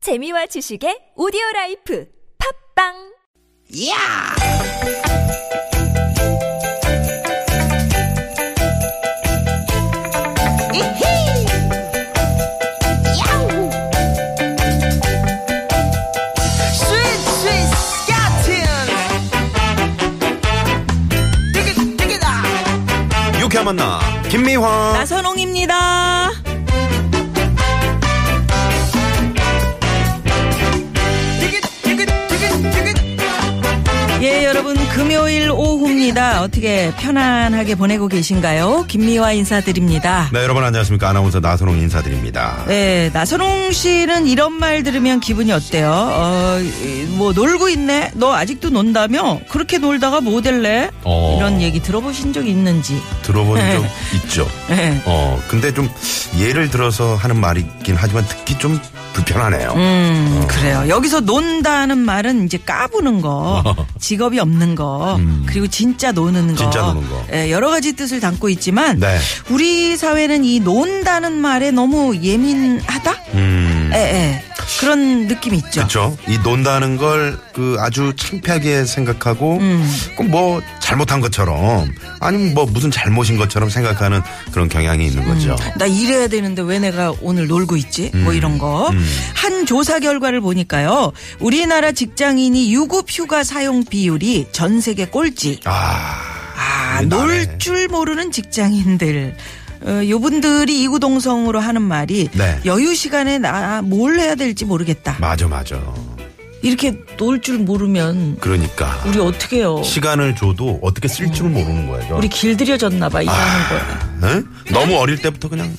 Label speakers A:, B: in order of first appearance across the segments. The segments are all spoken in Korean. A: 재미와 지식의 오디오 라이프 팝빵
B: 야! 이히! 야우! 스윗, 스윗, 스카튼! 띠깃, 띠깃아!
C: 유쾌한 만나 김미화
D: 나선홍입니다.
B: 띠깃, 띠깃, 띠깃, 띠깃!
D: 예, 여러분 금요일 오후입니다. 어떻게 편안하게 보내고 계신가요? 김미화 인사드립니다.
C: 네 여러분 안녕하십니까 아나운서 나선홍 인사드립니다
D: 네, 나선홍 씨는 이런 말 들으면 기분이 어때요? 어, 이, 뭐 놀고 있네. 너 아직도 논다며? 그렇게 놀다가 뭐 될래?
C: 어.
D: 이런 얘기 들어보신 적 있는지.
C: 들어본
D: 네.
C: 적 있죠
D: 네.
C: 어 근데 좀 예를 들어서 하는 말이긴 하지만 듣기 좀 불편하네요
D: 음, 그래요. 여기서 논다는 말은 이제 까부는 거, 직업이 없는 거, 그리고 진짜 노는 거.
C: 음. 진짜 노는 거.
D: 예, 여러 가지 뜻을 담고 있지만,
C: 네.
D: 우리 사회는 이 논다는 말에 너무 예민하다?
C: 음
D: 예, 예. 그런 느낌이 있죠.
C: 그렇죠 이 논다는 걸 그 아주 창피하게 생각하고
D: 음.
C: 꼭 뭐 잘못한 것처럼 아니면 뭐 무슨 잘못인 것처럼 생각하는 그런 경향이 있는 거죠
D: 나 일해야 되는데 왜 내가 오늘 놀고 있지? 뭐
C: 음.
D: 이런 거. 한 조사 결과를 보니까요. 우리나라 직장인이 유급 휴가 사용 비율이 전 세계 꼴찌.
C: 아
D: 아,
C: 이게
D: 놀
C: 나네.
D: 줄 모르는 직장인들. 어, 요분들이 이구동성으로 하는 말이
C: 네.
D: 여유 시간에 나 뭘 해야 될지 모르겠다.
C: 맞아 맞아
D: 이렇게 놀 줄 모르면
C: 그러니까
D: 우리 어떻게 해요?
C: 시간을 줘도 어떻게 쓸 줄 모르는 거예요
D: 우리 길들여졌나 봐
C: 아.
D: 일하는 거에.
C: 에? 네? 너무 어릴 때부터 그냥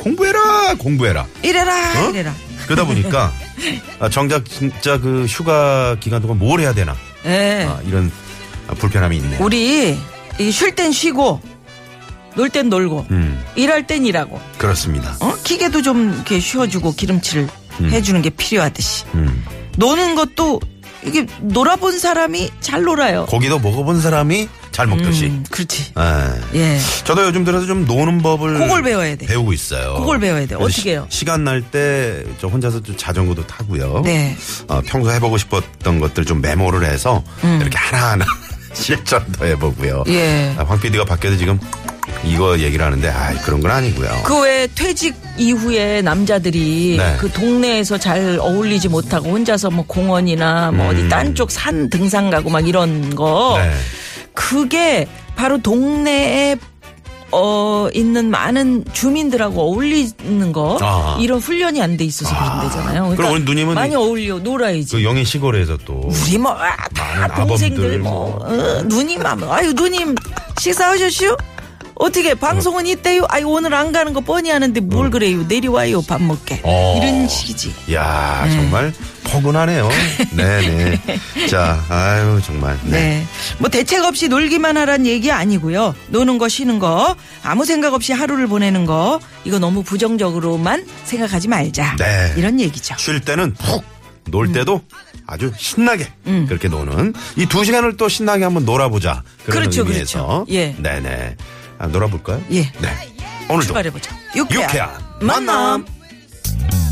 C: 공부해라 공부해라
D: 이래라
C: 어?
D: 이래라.
C: 그러다 보니까 아, 정작 진짜 그 휴가 기간 동안 뭘 해야 되나
D: 예.
C: 아, 이런 아, 불편함이 있네요
D: 우리 쉴 땐 쉬고 놀 땐 놀고
C: 음
D: 일할 땐 일하고
C: 그렇습니다
D: 어? 기계도 좀 이렇게 쉬어주고 기름칠을 해주는 게 필요하듯이
C: 음
D: 노는 것도 이게 놀아본 사람이 잘 놀아요.
C: 고기도 먹어본 사람이 잘 먹듯이
D: 음, 그렇지.
C: 예.
D: 예.
C: 저도 요즘 들어서 좀 노는 법을
D: 그걸 배워야 돼.
C: 배우고 있어요
D: 그걸 배워야 돼.
C: 그래서
D: 어떻게 해요?
C: 시, 간 날 때 저 혼자서 좀 자전거도 타고요
D: 네.
C: 어, 평소 해보고 싶었던 것들 좀 메모를 해서 이렇게 하나하나 실전도 해보고요.
D: 음. 예.
C: 아, 황 PD가 밖에서 지금 이거 얘기를 하는데 아 그런 건 아니고요.
D: 그 외에 퇴직 이후에 남자들이
C: 네.
D: 그 동네에서 잘 어울리지 못하고 혼자서 뭐 공원이나 뭐 어디 딴 쪽 산 등산 가고 막 이런 거
C: 음. 네.
D: 그게 바로 동네에 어 있는 많은 주민들하고 어울리는 거
C: 아.
D: 이런 훈련이 안 돼 있어서 그런 데잖아요. 그러니까
C: 그럼 오늘 누님은
D: 많이 어울려 놀아야지.
C: 그 영인 시골에서 또
D: 우리 뭐
C: 많은
D: 다 동생들
C: 아범들
D: 뭐 어, 누님 하면 아유 누님 식사하셨슈? 어떻게 방송은 있대요? 아유 오늘 안 가는 거 뻔히 아는데 뭘 그래요? 내려와요 밥 먹게
C: 음. 어.
D: 이런 식이지.
C: 야
D: 네.
C: 정말 포근하네요. 네네. 자 아유 정말. 네.
D: 네. 뭐 대책 없이 놀기만 하란 얘기 아니고요. 노는 거 쉬는 거 아무 생각 없이 하루를 보내는 거 이거 너무 부정적으로만 생각하지 말자.
C: 네.
D: 이런 얘기죠.
C: 쉴 때는 푹
D: 음.
C: 놀 때도 아주 신나게 그렇게 노는 이 두 시간을 또 신나게 한번 놀아보자 그런
D: 그렇죠,
C: 의미에서
D: 그렇죠. 예.
C: 네네 아, 놀아볼까요?
D: 예.
C: 네 오늘도
D: 출발해보자. 유쾌한, 음,
C: 유쾌한 만남.
D: 만남.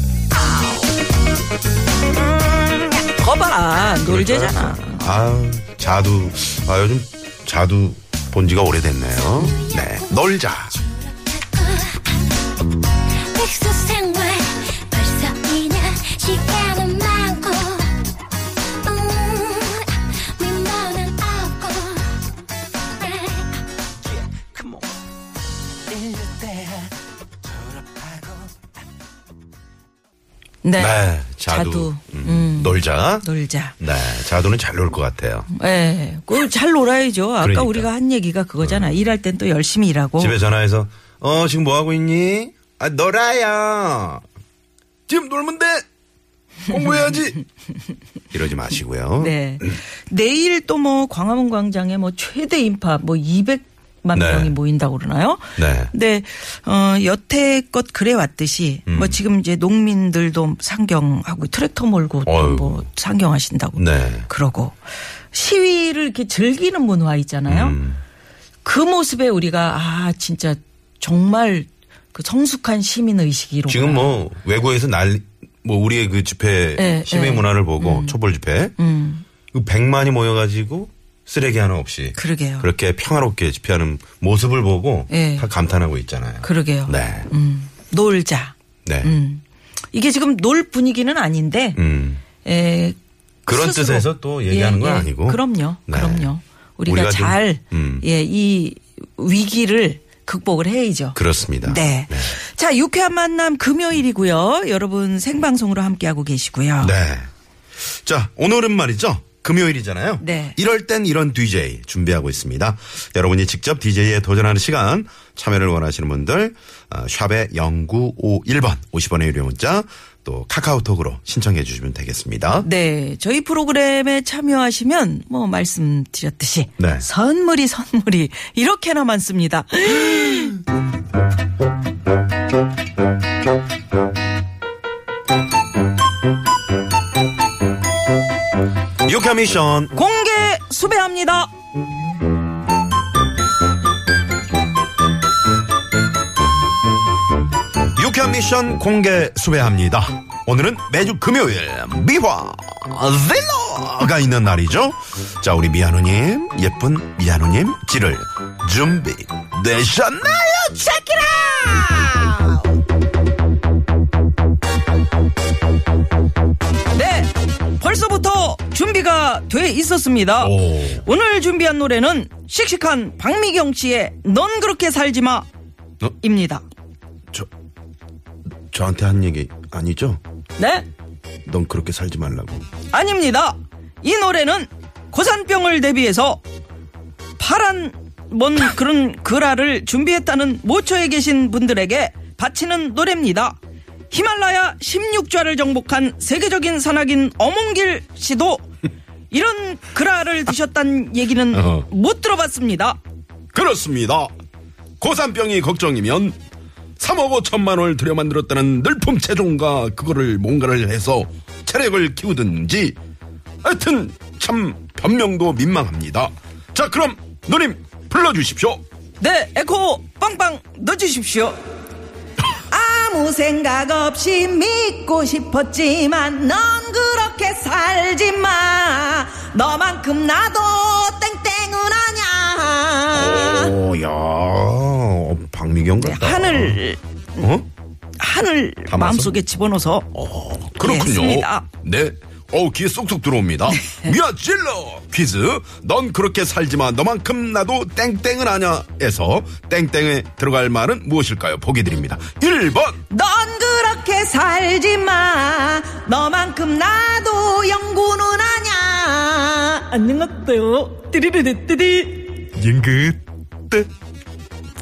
D: 거봐 놀재잖아.
C: 아 자두 아 요즘 자두 본 지가 오래됐네요. 네 놀자.
E: 백수 생활 벌써 이년 시간은 많고 음, 민망은 없고 아,
D: 네.
C: 네 자두,
D: 자두.
C: 음, 놀자.
D: 놀자.
C: 네 자두는 잘 놀 것 같아요.
D: 예. 그걸 잘 놀아야죠. 아까
C: 그러니까. 음.
D: 우리가 한 얘기가 그거잖아. 일할 땐 또 열심히 일하고.
C: 집에 전화해서 어 지금 뭐 하고 있니? 아 놀아요. 지금 놀면 돼. 공부해야지. 이러지 마시고요.
D: 네. 내일 또 뭐 광화문 광장에 뭐 최대 인파 뭐 200만
C: 네.
D: 명이 모인다고 그러나요?
C: 네.
D: 근데 어 여태껏 그래 왔듯이
C: 음.
D: 뭐 지금 이제 농민들도 상경하고 트랙터 몰고 또
C: 어휴.
D: 뭐 상경하신다고
C: 네.
D: 그러고 시위를 이렇게 즐기는 문화 있잖아요.
C: 음.
D: 그 모습에 우리가 아 진짜 정말 그 성숙한 시민 의식이로
C: 뭐 지금 뭐 외국에서 날 뭐 우리의 그 집회
D: 예,
C: 시민
D: 예.
C: 문화를 보고 촛불 집회 그 100만이 모여가지고 쓰레기 하나 없이
D: 음. 그러게요.
C: 그렇게 평화롭게 집회하는 모습을 보고
D: 예.
C: 다 감탄하고 있잖아요.
D: 그러게요.
C: 네.
D: 음, 놀자.
C: 네.
D: 음. 이게 지금 놀 분위기는 아닌데
C: 음.
D: 에, 예,
C: 그런 뜻에서 또 얘기하는 건 아니고.
D: 그럼요.
C: 네.
D: 그럼요. 우리가,
C: 우리가 좀,
D: 잘,
C: 음.
D: 예, 이 위기를 극복을 해야죠.
C: 그렇습니다.
D: 네. 자, 유쾌한 만남 금요일이고요. 여러분 생방송으로 함께하고 계시고요.
C: 네. 자, 오늘은 말이죠. 금요일이잖아요.
D: 네.
C: 이럴 땐 이런 DJ 준비하고 있습니다. 여러분이 직접 DJ에 도전하는 시간 참여를 원하시는 분들 어, 샵의 0951번 50원의 유료 문자 또 카카오톡으로 신청해 주시면 되겠습니다.
D: 네, 저희 프로그램에 참여하시면 뭐 말씀드렸듯이
C: 네.
D: 선물이 선물이 이렇게나 많습니다. 네.
C: 유카 미션
D: 공개 수배합니다.
C: 유카 미션 공개 수배합니다. 오늘은 매주 금요일 미화 딜러가 있는 날이죠. 자, 우리 미아누님 예쁜 미아누님 지를 준비 되셨나요?
D: 네, 벌써부터 준비가 돼 있었습니다.
C: 오.
D: 오늘 준비한 노래는 씩씩한 박미경 씨의 넌 그렇게 살지 마.
C: 어?
D: 입니다.
C: 저 저한테 한 얘기 아니죠?
D: 네?
C: 넌 그렇게 살지 말라고.
D: 아닙니다. 이 노래는 고산병을 대비해서 파란 뭔 그런 그라를 준비했다는 모처에 계신 분들에게 바치는 노래입니다. 히말라야 16좌를 정복한 세계적인 산악인 어몽길 씨도 이런 그라를 드셨다는 얘기는
C: 어허.
D: 못 들어봤습니다.
C: 그렇습니다. 고산병이 걱정이면 3억 5천만 원을 들여 만들었다는 늘품 체중과 그거를 뭔가를 해서 체력을 키우든지 하여튼 참 변명도 민망합니다. 자 그럼 누님 불러주십시오.
D: 네, 에코 빵빵 넣어주십시오. 아무 생각 없이 믿고 싶었지만 넌 그렇게 살지 마. 너만큼 나도 땡땡은 아냐.
C: 어, 오야 어, 박미경 같다.
D: 하늘,
C: 어?
D: 하늘
C: 담아서?
D: 마음속에 집어넣어서.
C: 그렇군요.
D: 네, 했습니다. 네.
C: 네. 어 귀에 쏙쏙 들어옵니다. 미아 찔러 퀴즈. 넌 그렇게 살지마. 너만큼 나도 땡땡은 아냐에서 땡땡에 들어갈 말은 무엇일까요? 보기 드립니다. 1번.
D: 넌 그렇게 살지 마. 너만큼 나도 영구는 아냐. 안녕하세요. 띠리리리띠리.
C: 연긋.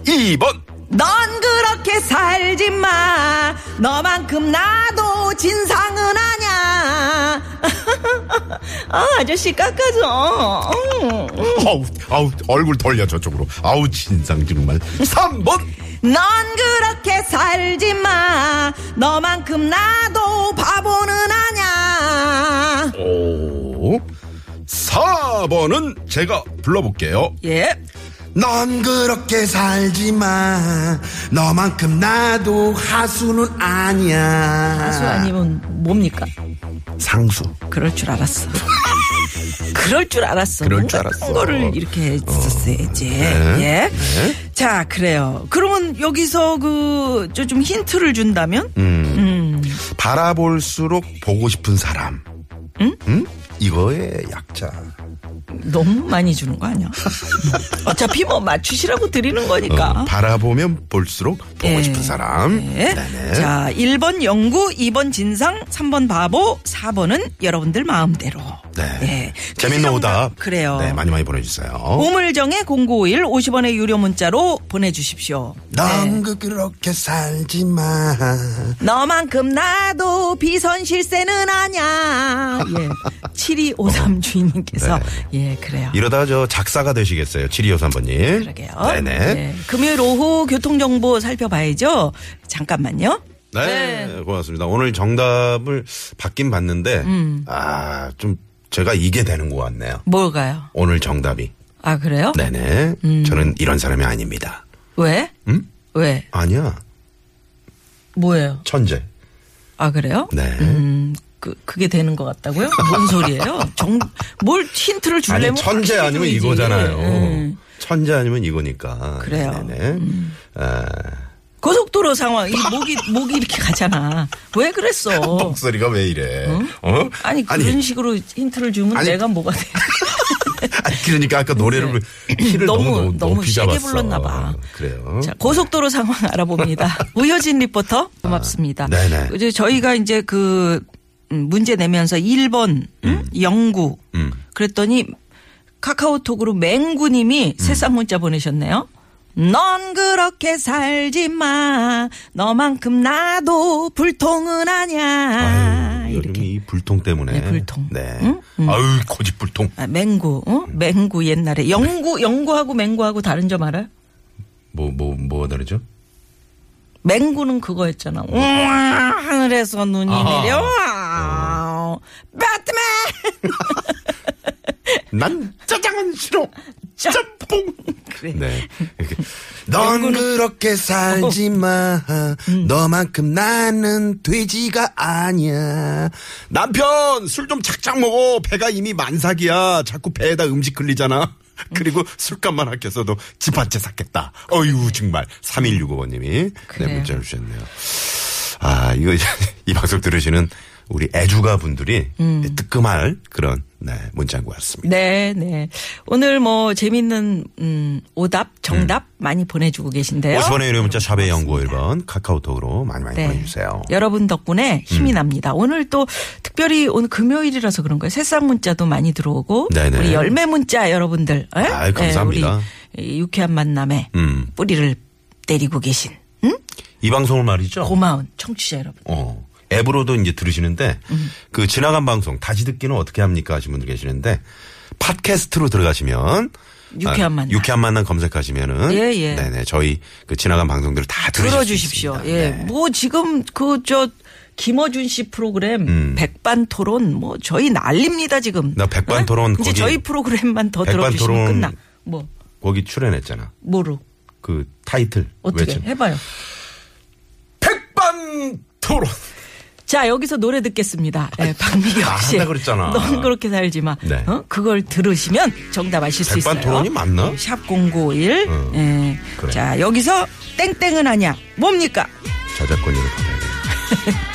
C: 2번.
D: 넌 그렇게 살지 마. 너만큼 나도 진상은 아냐. 아, 아저씨 깎아줘. 음.
C: 아우, 아우, 얼굴 돌려 저쪽으로. 아우, 진상 정말. 3번.
D: 넌 그렇게 살지 마. 너만큼 나도 바보는 아냐.
C: 오. 4번은 제가 불러볼게요.
D: 예.
F: 넌 그렇게 살지 마. 너만큼 나도 하수는 아니야.
D: 가수 아니면 뭡니까?
C: 상수.
D: 그럴 줄 알았어. 그럴 줄 알았어.
C: 그럴
D: 뭔가
C: 줄 알았어. 네.
D: 딴 거를 이렇게 했었어야지. 예. 자, 그래요. 그러면 여기서 그, 저 좀 힌트를 준다면?
C: 음. 바라볼수록 보고 싶은 사람. 응? 이거의 약자.
D: 너무 많이 주는 거 아니야? 어차피 뭐 맞추시라고 드리는 거니까.
C: 어, 바라보면 볼수록 보고
D: 예.
C: 싶은 사람.
D: 그러니까. 네.
C: 네네.
D: 자, 1번 영구, 2번 진상, 3번 바보, 4번은 여러분들 마음대로.
C: 네.
D: 예.
C: 재밌는
D: 퀴즈
C: 오답.
D: 정답. 그래요. 어? 네.
C: 네, 많이 많이 보내주세요.
D: 보물정의 051 50원의 유료 문자로 보내주십시오. 네.
F: 넌 그렇게 살지 마.
D: 너만큼 나도 비선 실세는 아냐. 예. 7253 주인님께서. 예, 그래요.
C: 어. 네. 이러다 저 작사가 되시겠어요. 7253번님.
D: 그러게요.
C: 네네.
D: 예, 금요일 오후 교통정보 살펴봐야죠. 잠깐만요.
C: 네, 고맙습니다. 오늘 정답을 받긴 봤는데,
D: 음.
C: 아, 좀 제가 이게 되는 것 같네요.
D: 뭘까요?
C: 오늘 정답이.
D: 아, 그래요?
C: 네네.
D: 음.
C: 저는 이런 사람이 아닙니다.
D: 왜?
C: 음?
D: 왜?
C: 아니야.
D: 뭐예요?
C: 천재.
D: 아 그래요?
C: 네.
D: 음, 그 그게 되는 것 같다고요? 뭔 소리예요? 정 뭘 힌트를
C: 아니
D: 주려면
C: 천재
D: 확실히
C: 아니면
D: 줘야지.
C: 이거잖아요.
D: 음.
C: 천재 아니면 이거니까.
D: 그래요. 음.
C: 네네. 아,
D: 고속도로 상황 이 목이 목이 이렇게 가잖아. 왜 그랬어?
C: 목소리가 왜 이래? 어?
D: 아니 그런 식으로 힌트를 주면
C: 아니,
D: 내가 뭐가 돼?
C: 아니, 그러니까 아까 노래를 키를 너무,
D: 네. 너무,
C: 너무,
D: 너무
C: 높이
D: 세게
C: 잡았어.
D: 불렀나 봐.
C: 그래요.
D: 자, 고속도로 상황 알아봅니다. 우효진 리포터 고맙습니다.
C: 네네.
D: 이제 저희가 이제 그 음, 문제 내면서 1번 음? 영구
C: 음.
D: 그랬더니 카카오톡으로 맹구님이 새싹 문자 보내셨네요. 넌 그렇게 살지 마. 너만큼 나도 불통은 아냐.
C: 아유, 요즘
D: 이렇게.
C: 이 불통 때문에.
D: 네, 불통.
C: 네. 아유, 고집 불통.
D: 아, 맹구, 어? 맹구 옛날에 영구, 영구하고 맹구하고 다른 점 알아요?
C: 뭐, 뭐, 뭐가 다르죠?
D: 맹구는 그거였잖아. 우와, 하늘에서 눈이
C: 아하. 네.
D: 내려. 와 배트맨!
C: 난 짜장은 싫어. 짬뽕. 네. 이렇게. 넌
F: 넌 그렇게
D: 어.
F: 살지 마.
D: 음.
F: 너만큼 나는 돼지가 아니야.
C: 남편 술 좀 작작 먹어. 배가 이미 만삭이야. 자꾸 배에다 음식 흘리잖아. 그리고 술값만 아껴서도 집 한 채 샀겠다. 어휴 정말 3165번님이 네,
D: 그래요.
C: 문자를 주셨네요. 아 이거 이제 이 방송 들으시는 우리 애주가 분들이
D: 음.
C: 뜨끔할 그런 네, 문자인 것 같습니다.
D: 네, 네. 오늘 뭐 재밌는, 음, 오답, 정답
C: 음.
D: 많이 보내주고 계신데요.
C: 50원의 유료 문자 샵의 연구 1번 카카오톡으로 많이 많이
D: 네.
C: 보내주세요. 음.
D: 여러분 덕분에 힘이 납니다. 오늘 또 특별히 오늘 금요일이라서 그런 거예요. 새싹 문자도 많이 들어오고
C: 네네.
D: 우리 열매 문자 여러분들. 예?
C: 아유, 감사합니다.
D: 예, 우리 이 유쾌한 만남에
C: 음.
D: 뿌리를 때리고 계신
C: 이 방송을 말이죠.
D: 고마운 청취자 여러분.
C: 어. 앱으로도 이제 들으시는데 그 지나간 방송 다시 듣기는 어떻게 합니까 하시는 분들 계시는데 팟캐스트로 들어가시면
D: 유쾌한
C: 아,
D: 만남.
C: 유쾌한 만남 검색하시면은
D: 예, 예.
C: 네네 저희 그 지나간 방송들을 다 들으실 수
D: 들어주십시오.
C: 있습니다.
D: 예.
C: 네.
D: 뭐 지금 그 저 김어준 씨 프로그램 백반 토론 뭐 저희 난립니다 지금.
C: 음.
D: 네?
C: 나 백반 토론
D: 이제
C: 거기-
D: 저희 프로그램만 더
C: 백반
D: 들어주시면
C: 토론-
D: 끝나. 뭐
C: 거기 출연했잖아.
D: 뭐로
C: 그 타이틀
D: 어떻게
C: 외쳐.
D: 해봐요.
C: 백반 토론.
D: 자 여기서 노래 듣겠습니다. 예, 박미경
C: 아,
D: 씨.
C: 한다 그랬잖아.
D: 넌 그렇게 살지 마.
C: 네.
D: 어? 그걸 들으시면 정답 아실 수 있어요.
C: 백반 토론이 맞나?
D: 샵 0951.
C: 어.
D: 예.
C: 그래.
D: 자 여기서 땡땡은 아냐 뭡니까?
C: 저작권료를 받아야 돼.